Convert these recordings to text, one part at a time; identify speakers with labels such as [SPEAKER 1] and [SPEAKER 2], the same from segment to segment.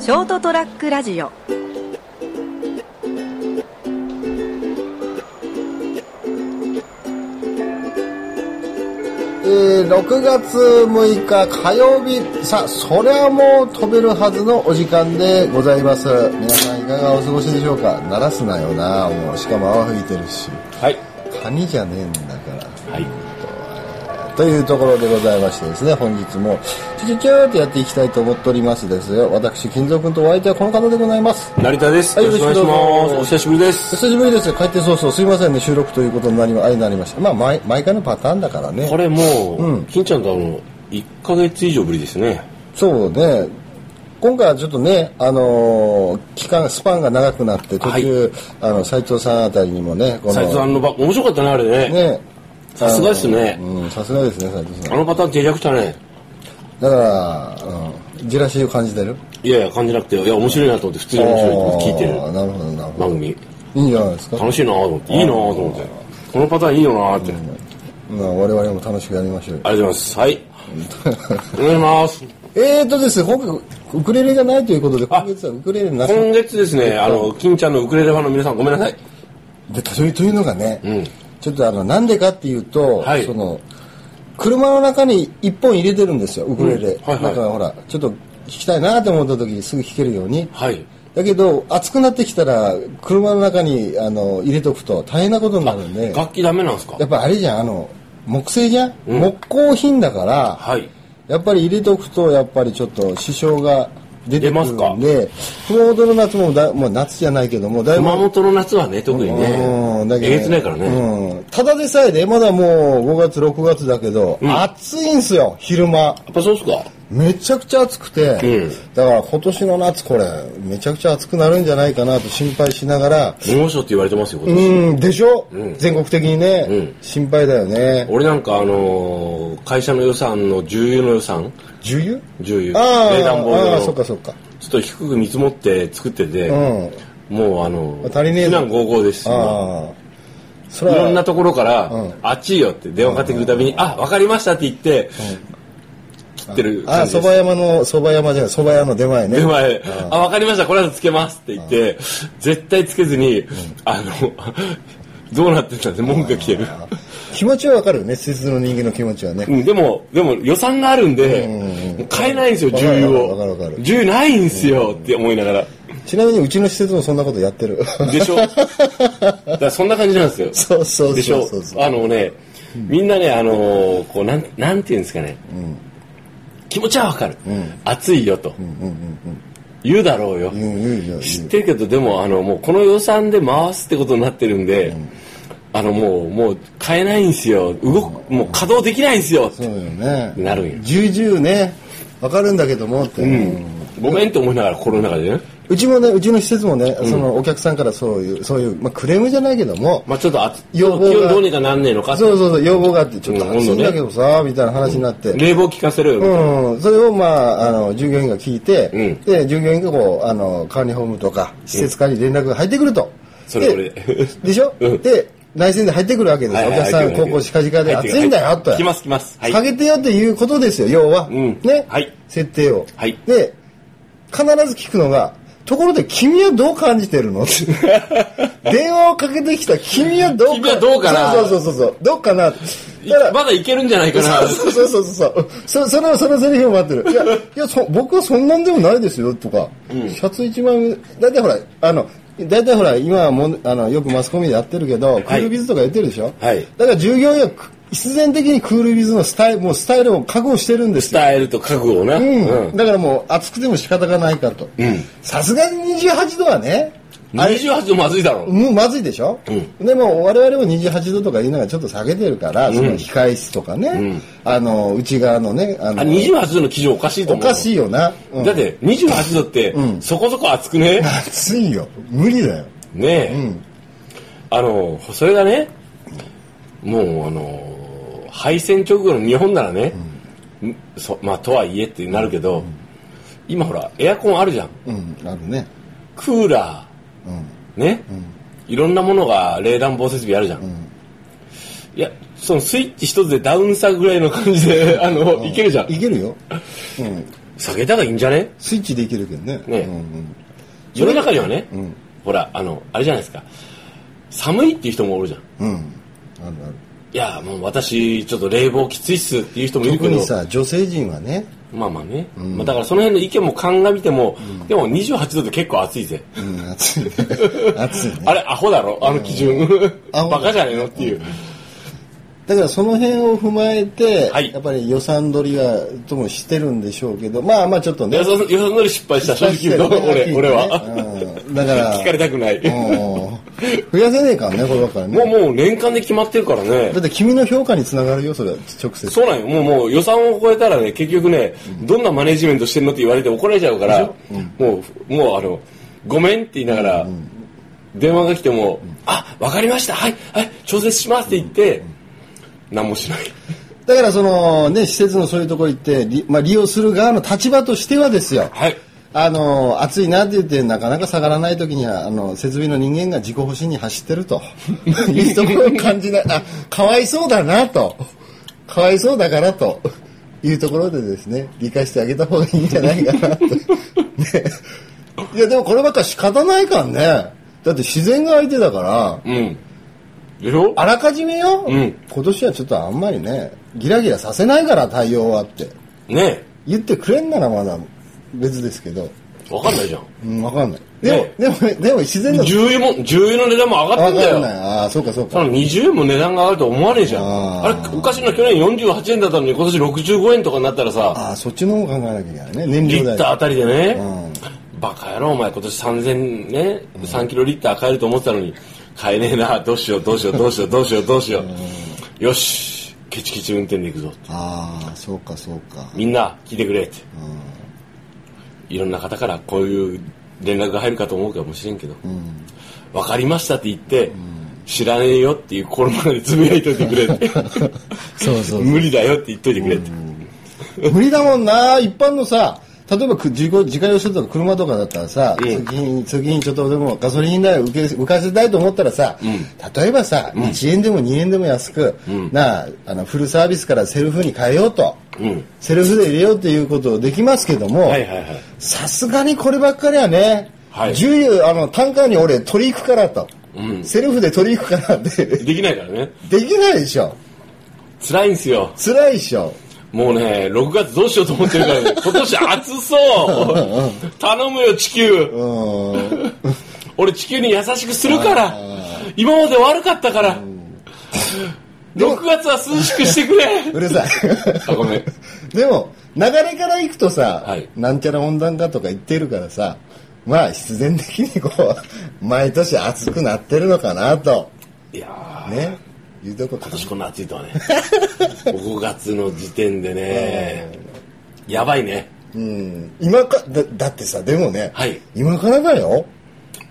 [SPEAKER 1] ショートトラックラジオ
[SPEAKER 2] えー6月6日火曜日、さあ、そりゃもう飛べるはずのお時間でございます。皆さんいかがお過ごしでしょうか鳴らすなよなもう。しかも泡吹いてるし。
[SPEAKER 3] はい。
[SPEAKER 2] カニじゃねえんだから。
[SPEAKER 3] はい。
[SPEAKER 2] というところでございましてですね、本日も、ちょちょちょーってやっていきたいと思っておりますですよ。私、金蔵君とお相手はこの方でございます。
[SPEAKER 3] 成田です。
[SPEAKER 2] はい
[SPEAKER 3] よろしくお願いします。お久しぶりです。
[SPEAKER 2] お久しぶりです。帰って早々、すいませんね、収録ということになりまあれになりました。まあ、毎毎回のパターンだからね。
[SPEAKER 3] これもう、金ちゃんとあの、1ヶ月以上ぶりですね。
[SPEAKER 2] そうね。今回はちょっとね、あのー期間、スパンが長くなって、途中、あの、斎藤さんあたりにもね、こ
[SPEAKER 3] 斎藤さんのば、面白かったね、あれね。
[SPEAKER 2] ね、
[SPEAKER 3] さすがですね
[SPEAKER 2] あのうん、さすがですね、斎藤さ
[SPEAKER 3] あ
[SPEAKER 2] ん。
[SPEAKER 3] のパターン脆弱したね。
[SPEAKER 2] だから、うん、ジェラシーを感じてる
[SPEAKER 3] いやいや、感じなくて、いや、面白いなと思って、普通に面白いと思って聞いて
[SPEAKER 2] あー
[SPEAKER 3] る
[SPEAKER 2] なるほど、なるほ
[SPEAKER 3] 番
[SPEAKER 2] ど。
[SPEAKER 3] 組。
[SPEAKER 2] いいんじゃないですか。
[SPEAKER 3] 楽しいなと思って、いいなと思って。このパターンいいよなって。
[SPEAKER 2] まあ、我々も楽しくやりましょうよ。
[SPEAKER 3] ありがとうございます。 はい。お願いします。
[SPEAKER 2] えーとですね、今回、ウクレレがないということで、今月はウクレレなし。
[SPEAKER 3] 今月ですね、あの、金ちゃんのウクレレファンの皆さんごめんなさい。
[SPEAKER 2] で、というというのがね、
[SPEAKER 3] うん
[SPEAKER 2] ちょっとあの、なんでかっていうと、
[SPEAKER 3] はい
[SPEAKER 2] その、車の中に一本入れてるんですよ、ウクレレ。
[SPEAKER 3] うんはいはい
[SPEAKER 2] だからほら、ちょっと弾きたいなと思った時にすぐ弾けるように。
[SPEAKER 3] はい。
[SPEAKER 2] だけど、暑くなってきたら、車の中にあの入れとくと大変なことになるんで、
[SPEAKER 3] 楽器ダメなんですか
[SPEAKER 2] やっぱあれじゃん、あの、木製じゃん、
[SPEAKER 3] うん
[SPEAKER 2] 木工品だから、
[SPEAKER 3] はい。
[SPEAKER 2] やっぱり入れとくと、やっぱりちょっと支障が出てくるんで、熊本の夏もだ、まあ、夏じゃないけども、だいぶ
[SPEAKER 3] 熊本の夏はね、特に
[SPEAKER 2] う
[SPEAKER 3] ね
[SPEAKER 2] ん、だけど
[SPEAKER 3] えげつないからね。
[SPEAKER 2] うん。ただでさえね、まだもう5月、6月だけど、
[SPEAKER 3] うん
[SPEAKER 2] 暑いんすよ、昼間。
[SPEAKER 3] やっぱそうっすか
[SPEAKER 2] めちゃくちゃ暑くて、
[SPEAKER 3] うん
[SPEAKER 2] だから今年の夏これ、めちゃくちゃ暑くなるんじゃないかなと心配しながら、
[SPEAKER 3] 猛暑って言われてますよ、今年。
[SPEAKER 2] うん、でしょ、
[SPEAKER 3] うん
[SPEAKER 2] 全国的にね、
[SPEAKER 3] うん
[SPEAKER 2] 心配だよね。
[SPEAKER 3] 俺なんかあのー会社の予算の重油の予算
[SPEAKER 2] 重油
[SPEAKER 3] 重油
[SPEAKER 2] あ
[SPEAKER 3] 冷
[SPEAKER 2] ー
[SPEAKER 3] 暖房用
[SPEAKER 2] あー、
[SPEAKER 3] のち
[SPEAKER 2] そ
[SPEAKER 3] ょ
[SPEAKER 2] っかそっか。
[SPEAKER 3] っと低く見積もって作ってて、
[SPEAKER 2] うん。
[SPEAKER 3] もうあのー
[SPEAKER 2] 足りねえ
[SPEAKER 3] 避
[SPEAKER 2] ぞ
[SPEAKER 3] 難合合ですしい
[SPEAKER 2] ああ。それ
[SPEAKER 3] ろんな
[SPEAKER 2] は、
[SPEAKER 3] ところから、
[SPEAKER 2] うん
[SPEAKER 3] 暑いよって電話かかってくるたびに、あ、わかりましたって言って、切ってる
[SPEAKER 2] あ
[SPEAKER 3] 感
[SPEAKER 2] あ、
[SPEAKER 3] じ
[SPEAKER 2] 蕎
[SPEAKER 3] です
[SPEAKER 2] 麦。山の、蕎麦山じゃない、蕎麦屋の出前ね。
[SPEAKER 3] で前、あ、わかりました、これはつけますって言って、絶対つけずに、あの、 どうなってたんで文句が来てる。
[SPEAKER 2] 気持ちはわかるよね、施設の人間の気持ちはね。
[SPEAKER 3] うん、でも、でも予算があるんで、
[SPEAKER 2] うん
[SPEAKER 3] 買えないんですよ、
[SPEAKER 2] わ
[SPEAKER 3] 重
[SPEAKER 2] かる
[SPEAKER 3] 油
[SPEAKER 2] わかるわかるわ
[SPEAKER 3] を
[SPEAKER 2] か。る
[SPEAKER 3] 重油ないんですよって思いながら。
[SPEAKER 2] ちなみにうちの施設もそんなことやってる。
[SPEAKER 3] で しょだからそんな感じなんですよ。
[SPEAKER 2] そうそうそうそう
[SPEAKER 3] でしょあのね、みんなね、あのーこう、なん、なんていうんですかね。気持ちはわかる。暑いよと。言うだ ろうよ。
[SPEAKER 2] 言う言う言う
[SPEAKER 3] 知ってるけどでもあのもうこの予算で回すってことになってるんで、あのもうもう買えないんですよ動くもう稼働できないんですよって
[SPEAKER 2] そうよね。
[SPEAKER 3] なるんよ
[SPEAKER 2] 重々ね、わかるんだけどもって。
[SPEAKER 3] ごめんと思いながら心の中でね
[SPEAKER 2] うちもね、うちの施設もね、そのお客さんからそういう、そういう、まあクレームじゃないけども、
[SPEAKER 3] まあちょっとあ気
[SPEAKER 2] 要望
[SPEAKER 3] 温
[SPEAKER 2] が
[SPEAKER 3] どうにかなんねえのかって
[SPEAKER 2] そうそうそう、要望があって、ちょっ
[SPEAKER 3] う
[SPEAKER 2] と
[SPEAKER 3] ん温
[SPEAKER 2] 暑
[SPEAKER 3] 度
[SPEAKER 2] いん
[SPEAKER 3] ね
[SPEAKER 2] だけどさ、みたいな話になって。
[SPEAKER 3] 冷房効かせろよみたいな、
[SPEAKER 2] うん、それをまあ、あの、従業員が聞いて、
[SPEAKER 3] うん
[SPEAKER 2] で、従業員がこう、あの、管理法務とか、施設管理連絡が入ってくると。
[SPEAKER 3] それ
[SPEAKER 2] で
[SPEAKER 3] 俺
[SPEAKER 2] でしょ、
[SPEAKER 3] うん
[SPEAKER 2] で、内線で入ってくるわけです
[SPEAKER 3] はい
[SPEAKER 2] よ。お
[SPEAKER 3] はい
[SPEAKER 2] 客さ
[SPEAKER 3] 入っ
[SPEAKER 2] ん、
[SPEAKER 3] てくる
[SPEAKER 2] 高校しかじかで
[SPEAKER 3] 入ってく
[SPEAKER 2] 暑
[SPEAKER 3] る
[SPEAKER 2] いんだよ、と。
[SPEAKER 3] 来ます来ますはい
[SPEAKER 2] 下げてよっていうことですよ、要は。
[SPEAKER 3] うん
[SPEAKER 2] ね、
[SPEAKER 3] はい
[SPEAKER 2] 設定を。
[SPEAKER 3] はい
[SPEAKER 2] で、必ず聞くのが、ところで君はどう感じて るのって電話をかけてきた君はどうか
[SPEAKER 3] 君はどうかな
[SPEAKER 2] そうそうそうそう。どうかなだから
[SPEAKER 3] まだいけるんじゃないかな
[SPEAKER 2] そうそうそうそうそう。そ、その、そのセリフを待ってる。いや、いや、そ、僕はそんなんでもないですよ、とか。シャツ一枚目、だいたいほら、あの、だいたいほら、今はもん、あの、よくマスコミでやってるけど、クールビズとか言ってるでしょ
[SPEAKER 3] はい
[SPEAKER 2] だから従業員はく必然的にクールビズのスタイル、もうスタイルを覚悟してるんですよ。
[SPEAKER 3] 伝えると覚悟をな、
[SPEAKER 2] うん。
[SPEAKER 3] うん
[SPEAKER 2] だからもう、暑くても仕方がないからと
[SPEAKER 3] ん。
[SPEAKER 2] さすがに28度はね、あれ
[SPEAKER 3] 28度まずいだろ、
[SPEAKER 2] もうまずいでしょ、
[SPEAKER 3] う
[SPEAKER 2] でも我々も28度とかいうのがちょっと下げてるから、その控室とかね、あの内側のねあ
[SPEAKER 3] あ
[SPEAKER 2] の
[SPEAKER 3] 28度の基準おかしい
[SPEAKER 2] お
[SPEAKER 3] と思うよ
[SPEAKER 2] かしいよな、うん
[SPEAKER 3] だって28度ってそこそこ暑くね、
[SPEAKER 2] 暑いよ無理だよ
[SPEAKER 3] ねえ、
[SPEAKER 2] ん
[SPEAKER 3] あのそれがねもうあの敗戦直後の日本ならね、んそまあとはいえってなるけど、今ほらエアコンあるじゃん
[SPEAKER 2] うんあるね
[SPEAKER 3] クーラーね、いろんなものが冷暖房設備あるじゃん、いやそのスイッチ一つでダウン差ぐらいの感じであの、いけるじゃん
[SPEAKER 2] いけるよ、うん、
[SPEAKER 3] 下げた方がいいんじゃね
[SPEAKER 2] スイッチできるけどね。
[SPEAKER 3] ね
[SPEAKER 2] うんうん
[SPEAKER 3] 世の中にはね、
[SPEAKER 2] ん
[SPEAKER 3] ほら、あの、あれじゃないですか。寒いっていう人もおるじゃん。い
[SPEAKER 2] うん。あるある。
[SPEAKER 3] や、もう私、ちょっと冷房きついっすっていう人もいる
[SPEAKER 2] 特
[SPEAKER 3] け
[SPEAKER 2] に
[SPEAKER 3] ど、
[SPEAKER 2] さ、女性陣はね、
[SPEAKER 3] まあまあね。まあ、だからその辺の意見も鑑みても、でも28度って結構暑いぜ。
[SPEAKER 2] うん、暑い ね。暑いね。
[SPEAKER 3] あれ、アホだろあの基準。
[SPEAKER 2] アホ
[SPEAKER 3] バカじゃねえのっていう。
[SPEAKER 2] だからその辺を踏まえて、
[SPEAKER 3] はい
[SPEAKER 2] やっぱり予算取りはともしてるんでしょうけど、まあまあちょっとね
[SPEAKER 3] 予。想予想通り失敗した、正直言う と、俺、俺は。
[SPEAKER 2] うんだから、
[SPEAKER 3] 聞かれたくない。
[SPEAKER 2] うん増やせねえからね、こればっかり
[SPEAKER 3] もう
[SPEAKER 2] ね。
[SPEAKER 3] もう年間で決まってるからね
[SPEAKER 2] だ。って君の評価につながるよ、それは直接。
[SPEAKER 3] そうなんよ。もうもう予算を超えたらね、結局ね、どんなマネジメントしてるのって言われて怒られちゃうから、もう、もうあの、ごめんって言いながら、電話が来ても、あ、わかりました、はい、はい、調節しますって言って、何もしない。
[SPEAKER 2] だからそのね、施設のそういうところ行って、りまあ、利用する側の立場としてはですよ。
[SPEAKER 3] はい。
[SPEAKER 2] あの、暑いなって言って、なかなか下がらない時には、あの、設備の人間が自己保身に走ってる と。いうところを感じない、あ、かわいそうだなと。かわいそうだからと。いうところでですね、理解してあげた方がいいんじゃないかな と。ね、いや、でもこればっか仕方ないからね。だって自然が相手だから、
[SPEAKER 3] うん。でしょ
[SPEAKER 2] あらかじめよ、
[SPEAKER 3] うん
[SPEAKER 2] 今年はちょっとあんまりね、ギラギラさせないから対応はって。
[SPEAKER 3] ね
[SPEAKER 2] 言ってくれんならまだ別ですけど。
[SPEAKER 3] え、わかんないじゃん。
[SPEAKER 2] うん、わかんない。でも
[SPEAKER 3] ね、
[SPEAKER 2] でも、でも自然だ
[SPEAKER 3] 重油も、重油の値段も上がっ
[SPEAKER 2] わ
[SPEAKER 3] てんだ
[SPEAKER 2] かんない。
[SPEAKER 3] よ。
[SPEAKER 2] ああ、そうかそう
[SPEAKER 3] そ
[SPEAKER 2] か。
[SPEAKER 3] の20円も値段が上がると思わねえじゃん。
[SPEAKER 2] あ
[SPEAKER 3] あ
[SPEAKER 2] ー
[SPEAKER 3] れ、おかしいな、去年48円だったのに今年65円とかになったらさ、
[SPEAKER 2] ああ、そっちの方考えなきゃいけないね。燃
[SPEAKER 3] リ
[SPEAKER 2] 料
[SPEAKER 3] ッ
[SPEAKER 2] 代。
[SPEAKER 3] ターあたりでね、
[SPEAKER 2] うん。
[SPEAKER 3] バカ野郎お前今年3000ね、3キロリッター買えると思ってたのに買えねえなどうしようどうしようどうしようどうしようどうしようよしケチケチ運転で行くぞ
[SPEAKER 2] ああ、そうかそうか。
[SPEAKER 3] みんな聞いてくれっていろんな方からこういう連絡が入るかと思うかもしれんけど、分かりましたって言って、知らねえよっていう心の中でつぶやいといてくれ って
[SPEAKER 2] そうそ
[SPEAKER 3] 無理だよって言っといてくれって、
[SPEAKER 2] 無理だもんな。一般のさ、例えばく自己自家用車とか車とかだったらさ、
[SPEAKER 3] ええ
[SPEAKER 2] 通勤通勤ちょっとでもガソリン代を受け浮かせたいと思ったらさ、例えばさ、1円でも2円でも安く、なああのフルサービスからセルフに変えようと、
[SPEAKER 3] うん
[SPEAKER 2] セルフで入れようということできますけども、
[SPEAKER 3] はいはいはい
[SPEAKER 2] さすがにこればっかりはね、
[SPEAKER 3] はい
[SPEAKER 2] 重油あの単価に俺取り行くからと、
[SPEAKER 3] うん
[SPEAKER 2] セルフで取り行くからって で
[SPEAKER 3] できないからね
[SPEAKER 2] きないでしょ
[SPEAKER 3] 辛いんすよ
[SPEAKER 2] 辛いでしょ
[SPEAKER 3] もうね、6月どうしようと思ってる からね、今年暑そう頼むよ、地球
[SPEAKER 2] うーん
[SPEAKER 3] 俺、地球に優しくするから今まで悪かったから6月は涼しくしてく
[SPEAKER 2] うる
[SPEAKER 3] れ
[SPEAKER 2] さい
[SPEAKER 3] あ、ごめん。
[SPEAKER 2] でも流れから行くとさ、
[SPEAKER 3] はい
[SPEAKER 2] なんちゃら温暖化とか言ってるからさまあ必然的にこう 毎年暑くなってるのかなと
[SPEAKER 3] いやー、
[SPEAKER 2] ねいうとこか
[SPEAKER 3] 今年こんな暑いとはね。5月の時点でね、やばいね。
[SPEAKER 2] うん今かだだってさでもね、
[SPEAKER 3] はい
[SPEAKER 2] 今からだよ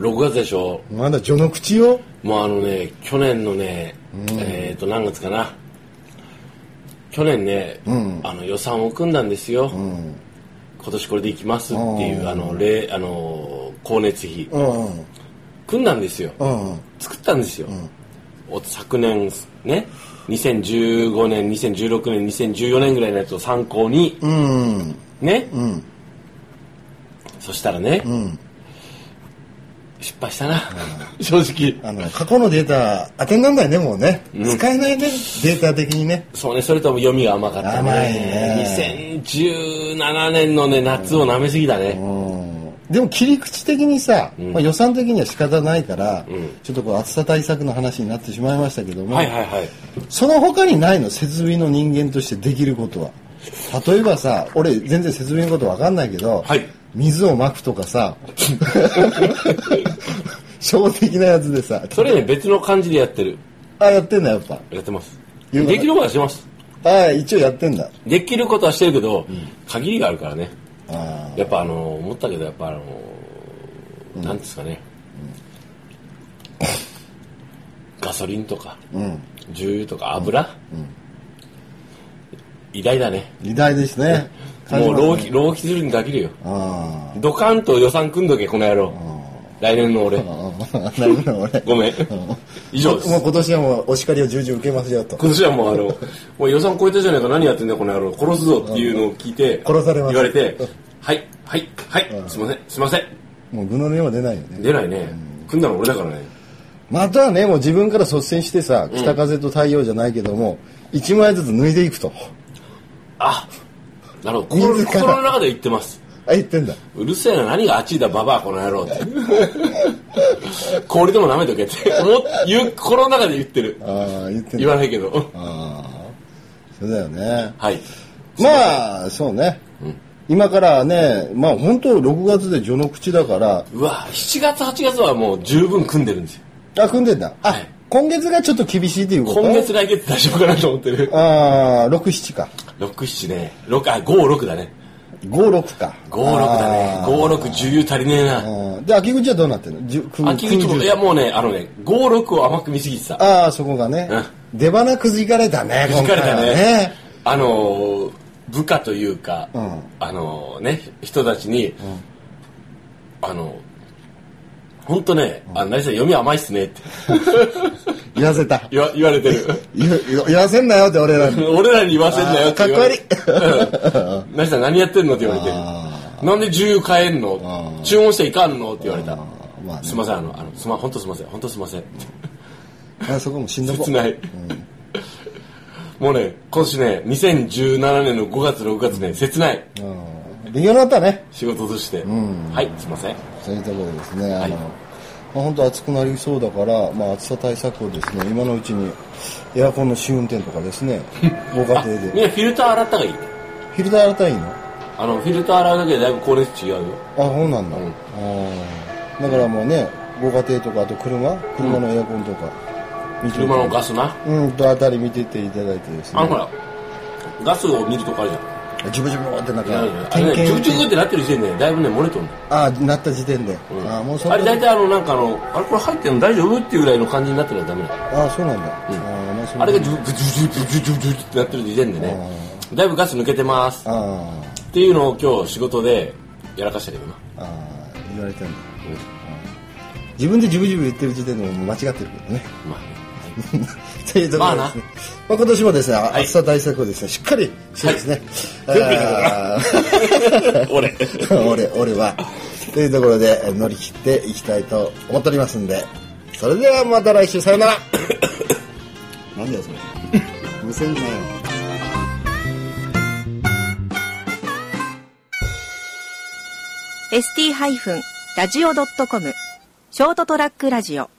[SPEAKER 3] 6月でしょ
[SPEAKER 2] まだ序の口よ
[SPEAKER 3] もうあのね、去年のね、えっ、と、何月かな。去年ね、あの予算を組んだんですよ。今年これでいきますっていう、あの、れあの、光熱費。
[SPEAKER 2] うんうん
[SPEAKER 3] 組んだんですよ。
[SPEAKER 2] うんうん
[SPEAKER 3] 作ったんですよ。お昨年、ね、2015年、2016年、2014年ぐらいのやつを参考に、
[SPEAKER 2] うん
[SPEAKER 3] ね、
[SPEAKER 2] ん
[SPEAKER 3] そしたらね、
[SPEAKER 2] ん
[SPEAKER 3] 失敗したな、 正直。
[SPEAKER 2] あの過去のデータ当てになんないねもうね、使えないねデータ的にね
[SPEAKER 3] そうね、それとも読みが甘かった
[SPEAKER 2] 甘い
[SPEAKER 3] ね。2017年のね、夏を舐めすぎだね。
[SPEAKER 2] でも切り口的にさ、まあ、予算的には仕方ないから、ちょっとこう暑さ対策の話になってしまいましたけども、
[SPEAKER 3] はいはいはい。
[SPEAKER 2] その他にないの設備の人間としてできることは例えばさ俺全然設備のことわかんないけど、
[SPEAKER 3] はい
[SPEAKER 2] 水をまくとかさ 初歩的なやつでさ
[SPEAKER 3] それね、別の感じでやってる。
[SPEAKER 2] あやってんだやっぱ
[SPEAKER 3] やってます。
[SPEAKER 2] 言うかな
[SPEAKER 3] できることはしてます。
[SPEAKER 2] あ一応やってんだ
[SPEAKER 3] できることはしてるけど、限りがあるからね。
[SPEAKER 2] あ
[SPEAKER 3] やっぱあの、思ったけど、やっぱあの、なんですかね。ガソリンとか、
[SPEAKER 2] ーうん
[SPEAKER 3] 重油とか油、偉大だね。
[SPEAKER 2] 偉大ですね。
[SPEAKER 3] もう浪
[SPEAKER 2] 浪
[SPEAKER 3] 費、浪費するに限るよ。
[SPEAKER 2] あ
[SPEAKER 3] ドカンと予算組んどけ、この野郎。
[SPEAKER 2] あ。
[SPEAKER 3] 来年の俺。
[SPEAKER 2] なるほど、俺。
[SPEAKER 3] ごめん。以上です
[SPEAKER 2] もう。今年はもうお叱りを重々受けますよと。
[SPEAKER 3] 今年はもうあの、もう予算超えたじゃないか、何やってんだよこの野郎、殺すぞっていうのを聞いて、
[SPEAKER 2] 殺されます
[SPEAKER 3] 言われて、はい、はい、はい、すいません、すいません。
[SPEAKER 2] もう具の根は出ないよね。
[SPEAKER 3] 出ないね。組んだの俺だからね。
[SPEAKER 2] またはね、もう自分から率先してさ、北風と太陽じゃないけども、一枚ずつ脱いでいくと。
[SPEAKER 3] あ、なるほど。心
[SPEAKER 2] 自ら
[SPEAKER 3] 心の中で言ってます。
[SPEAKER 2] あ、言ってんだ。
[SPEAKER 3] うるせえな、何があっちだ、ババア、この野 郎って。氷でも舐めとけって、思っ言う心の中で言ってる。
[SPEAKER 2] ああ、言ってん
[SPEAKER 3] 言
[SPEAKER 2] だ。
[SPEAKER 3] わないけど。
[SPEAKER 2] ああ、そうだよね。
[SPEAKER 3] はい。
[SPEAKER 2] まあ、そうね。今からね、まあ本当6月で序の口だから、
[SPEAKER 3] うわ、7月、8月はもう十分組んでるんですよ。
[SPEAKER 2] あ、組んでんだ。あ、
[SPEAKER 3] はい
[SPEAKER 2] 今月がちょっと厳しいということ
[SPEAKER 3] 今月、来月大丈夫かなと思ってる。
[SPEAKER 2] ああ、6、7か。
[SPEAKER 3] 6、7ね。6、あ、5、6だね。
[SPEAKER 2] 5、6か。
[SPEAKER 3] 5、6だね。5、6、重油足りねえな。
[SPEAKER 2] あーで、秋口はどうなってんの10 9
[SPEAKER 3] 秋口も、いやもうね、あのね、5、6を甘く見すぎてた。
[SPEAKER 2] ああ、そこがね。出花くじかれたね、
[SPEAKER 3] 疲れ
[SPEAKER 2] 今回
[SPEAKER 3] た
[SPEAKER 2] は
[SPEAKER 3] ね。あのー、部下というか、
[SPEAKER 2] ん
[SPEAKER 3] あのーね、人たちに、あの、ほんとね、あ、何せ読み甘いっすねって
[SPEAKER 2] 言わせた。
[SPEAKER 3] 言わ言われてる。
[SPEAKER 2] 言う言わせんなよって俺らに。
[SPEAKER 3] 俺らに言わせんなよって言われ
[SPEAKER 2] あー
[SPEAKER 3] て。うん何せ何やってんのって言われ
[SPEAKER 2] あ
[SPEAKER 3] てる。なんで重油買えんの
[SPEAKER 2] あー
[SPEAKER 3] 注文していかんのって言われた。
[SPEAKER 2] まあね
[SPEAKER 3] すいません、あの、あのすま、本当すいません、本当すいません。
[SPEAKER 2] あそこもしんどこ
[SPEAKER 3] 切ない。もうね、今年ね、2017年の5月、6月ね、切ない。
[SPEAKER 2] うん勉強になったね。
[SPEAKER 3] 仕事として。はい、すいません。
[SPEAKER 2] そういうところですね。あの、
[SPEAKER 3] い
[SPEAKER 2] まあ、本当暑くなりそうだから、まあ暑さ対策をですね、今のうちにエアコンの試運転とかです ね、ご家庭
[SPEAKER 3] あ、みん
[SPEAKER 2] で。
[SPEAKER 3] なフィルター洗った方がいい。
[SPEAKER 2] フィルター洗ったらいいのあ、
[SPEAKER 3] あの、フィルター洗うだけでだいぶ光熱違うよ。
[SPEAKER 2] そうなんだ。
[SPEAKER 3] うん
[SPEAKER 2] あーだからもうね、ご家庭とか、あと車、車のエアコンとか、見ていた
[SPEAKER 3] 車
[SPEAKER 2] だい
[SPEAKER 3] の
[SPEAKER 2] て
[SPEAKER 3] ガスな。
[SPEAKER 2] うんとあたり見てっていただいてです
[SPEAKER 3] あ
[SPEAKER 2] ね
[SPEAKER 3] の、ほ。ら、ガスを見るとこあるじゃん。
[SPEAKER 2] ジュブジュブってなん
[SPEAKER 3] あれ
[SPEAKER 2] か、
[SPEAKER 3] ね、ジュクジ
[SPEAKER 2] 検
[SPEAKER 3] ュクってなってる時点で、だいぶね、漏れとんだよ。
[SPEAKER 2] ああ、なった時点で。
[SPEAKER 3] うん
[SPEAKER 2] ああ、もうそ
[SPEAKER 3] あれ
[SPEAKER 2] で
[SPEAKER 3] 大体あの、なんかあの、あれこれ入ってんの大丈夫っていうぐらいの感じになってるらダメだよ。
[SPEAKER 2] ああ、そうなんだ。
[SPEAKER 3] うん
[SPEAKER 2] ああ、もうそ
[SPEAKER 3] あれが
[SPEAKER 2] で
[SPEAKER 3] ジュクジュクジュクジュクジュクジュクってなってる時点でね、だいぶガス抜けてます。
[SPEAKER 2] ああ。
[SPEAKER 3] っていうのを今日仕事でやらかしたけどな、
[SPEAKER 2] ああ言われたんだ、自分でジュブジュブ言ってる時点でもう間違ってるけどね
[SPEAKER 3] まあ
[SPEAKER 2] というところですね、まあ今年もですね、
[SPEAKER 3] い
[SPEAKER 2] 暑さ対策をですねしっかりそうですね、
[SPEAKER 3] はい
[SPEAKER 2] あ
[SPEAKER 3] ね俺
[SPEAKER 2] ー 俺俺はというところでえー乗り切っていきたいと思っておりますんでそれではまた来週さよならなんだよそれ無線だよ
[SPEAKER 1] ST-radio.com ショートトラックラジオ